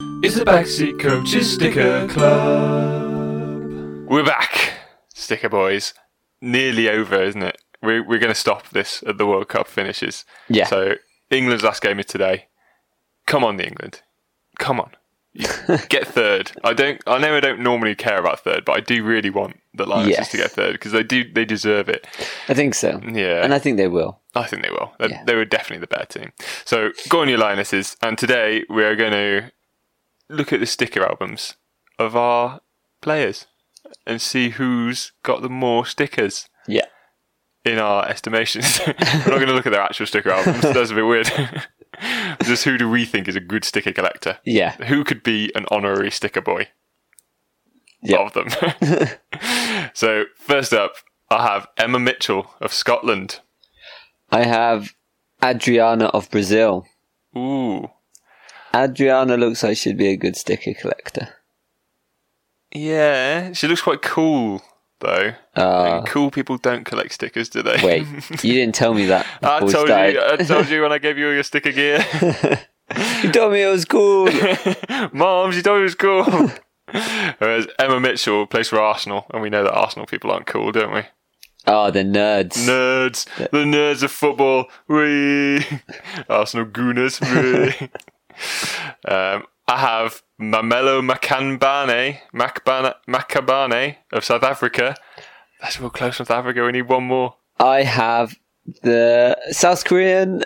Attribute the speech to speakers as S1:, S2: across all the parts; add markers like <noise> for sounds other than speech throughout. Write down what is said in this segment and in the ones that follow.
S1: It's the Backseat Coaches Sticker Club.
S2: We're back, sticker boys. Nearly over, isn't it? We're, we're going to stop this at the World Cup finishes.
S3: Yeah.
S2: So England's last game is today. Come on, England. Come on.
S3: <laughs>
S2: You- get third. I don't. I know I don't normally care about third, but I do really want the Lions
S3: Yes.
S2: to get third because they do. They deserve it.
S3: I think so.
S2: Yeah.
S3: And I think they will.
S2: I think they will. They,
S3: Yeah.
S2: they were definitely the better team. So go on your lionesses, and today we are going to look at the sticker albums of our players and see who's got the more stickers
S3: Yeah.
S2: in our estimations. <laughs> we're not going to look at their actual sticker albums. That's a bit weird. <laughs> Just who do we think is a good sticker collector?
S3: Yeah.
S2: Who could be an honorary sticker boy?
S3: Yeah.
S2: Of them. <laughs> so first up, I have Emma Mitchell of Scotland.
S3: I have Adriana of Brazil.
S2: Ooh.
S3: Adriana looks like she'd be a good sticker collector.
S2: Yeah, she looks quite cool though.
S3: Uh,
S2: and cool people don't collect stickers, do they? <laughs>
S3: Wait, you didn't tell me that.
S2: I
S3: before we
S2: told
S3: started.
S2: you. I told you when I gave you all your sticker gear, <laughs>
S3: You told me it was cool.
S2: Mom. She told me it was cool. <laughs> Whereas Emma Mitchell plays for Arsenal, and we know that Arsenal people aren't cool, don't we?
S3: oh, the nerds.
S2: Nerds, the nerds of football. Wee, <laughs> Arsenal gooners. Wee. <laughs> um, I have Mamelo Makanbane, Makbane, Makabane of South Africa. That's real close, South Africa. We need one more.
S3: I have the South Korean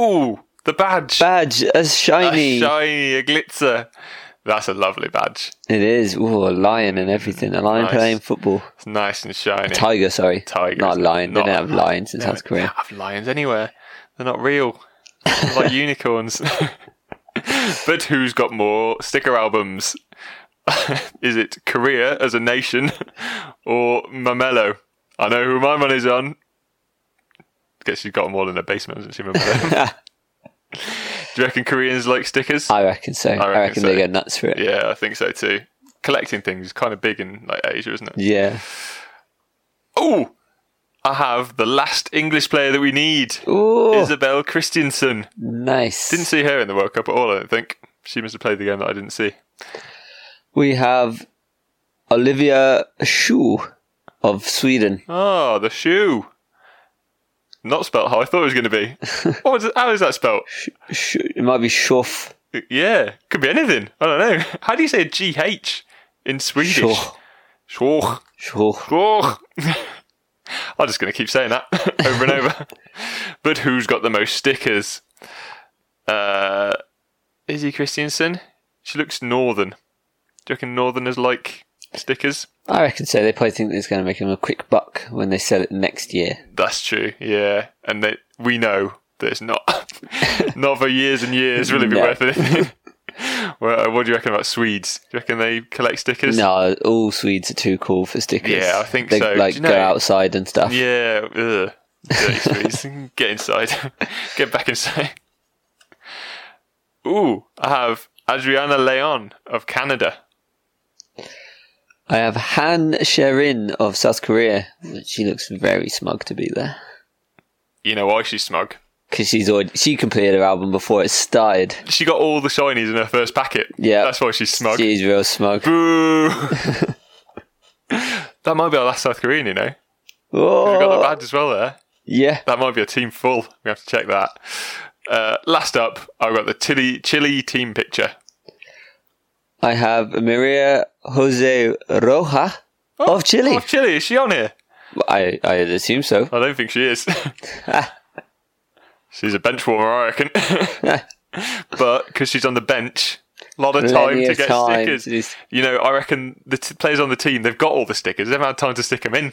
S2: Ooh, the badge.
S3: badge as
S2: a
S3: shiny.
S2: shiny, a glitzer. That's a lovely badge.
S3: it is. Ooh, a lion and everything. A lion
S2: Nice.
S3: playing football.
S2: It's nice and shiny.
S3: Tiger, sorry.
S2: Tiger,
S3: Not a lion.
S2: not-
S3: they don't have lions in South
S2: They
S3: Korea.
S2: don't have lions anywhere. They're not real. They're like unicorns. <laughs> but who's got more sticker albums? <laughs> Is it Korea as a nation <laughs> or Mamelo? I know who my money's on. Guess she's got them all in her basement, hasn't she, Mamelo? Do you reckon Koreans like stickers?
S3: I reckon so. I reckon,
S2: reckon so.
S3: they go nuts for it.
S2: Yeah, I think so too. Collecting things is kind of big in like Asia, isn't it?
S3: Yeah.
S2: Oh, I have the last English player that we need,
S3: Ooh,
S2: Isabel Christiansen.
S3: nice.
S2: Didn't see her in the World Cup at all. I don't think she must have played the game that I didn't see.
S3: We have Olivia Shu of Sweden.
S2: Ah, the shoe. Not spelt how I thought it was going to be. what was it- how is that spelt?
S3: Sh- it might be Shuff.
S2: Yeah, could be anything. I don't know. How do you say a GH in Swedish?
S3: Shuff.
S2: Sure.
S3: Shuff.
S2: Oh. I'm just going to keep saying that <laughs> over and over. But who's got the most stickers? Uh, Izzy Christiansen. She looks northern. Do you reckon northerners like stickers?
S3: I reckon so. They probably think that it's going to make them a quick buck when they sell it next year.
S2: That's true. Yeah, and they, we know that it's not <laughs> not for years and years really been
S3: No.
S2: worth anything. <laughs> well, uh, what do you reckon about Swedes? Do you reckon they collect stickers?
S3: No, all Swedes are too cool for stickers.
S2: Yeah, I think
S3: they,
S2: so. Do
S3: Like
S2: you
S3: go
S2: know-
S3: outside and stuff.
S2: Yeah, ugh. Dirty Swedes. <laughs> Get inside. Get back inside. Ooh, I have Adriana Leon of Canada.
S3: I have Han Sherin of South Korea. She looks very smug to be there
S2: You know why she's smug?
S3: because she's already she completed her album before it started.
S2: She got all the shinies in her first packet.
S3: Yeah.
S2: That's why she's smug.
S3: She's real smug.
S2: Boo! <laughs> that might be our last South Korean, you know? We've got the
S3: Oh,
S2: badge as well there.
S3: yeah.
S2: That might be a team full. We have to check that. Uh, last up, I've got the Chile, Chile team picture.
S3: I have Maria Jose Roja of Chile.
S2: Oh, Chile, is she on here?
S3: I I assume so.
S2: I don't think she
S3: <laughs>
S2: is. she's a bench warmer, I reckon.
S3: <laughs>
S2: but because she's on the bench, a lot of time
S3: Plenty
S2: to
S3: of
S2: get
S3: time
S2: stickers.
S3: to just-
S2: You know, I reckon the t- players on the team they've got all the stickers. They've had time to stick them in.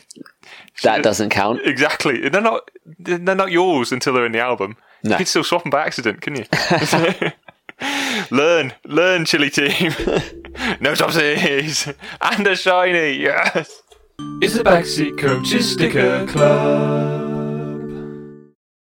S3: That doesn't count.
S2: Exactly. They're not. They're not yours until they're in the album. You
S3: No.
S2: can still swap them by accident, can you? <laughs> learn, learn, Chili team.
S3: <laughs>
S2: no topsies and a shiny. Yes.
S1: It's the Backseat Coaches Sticker Club.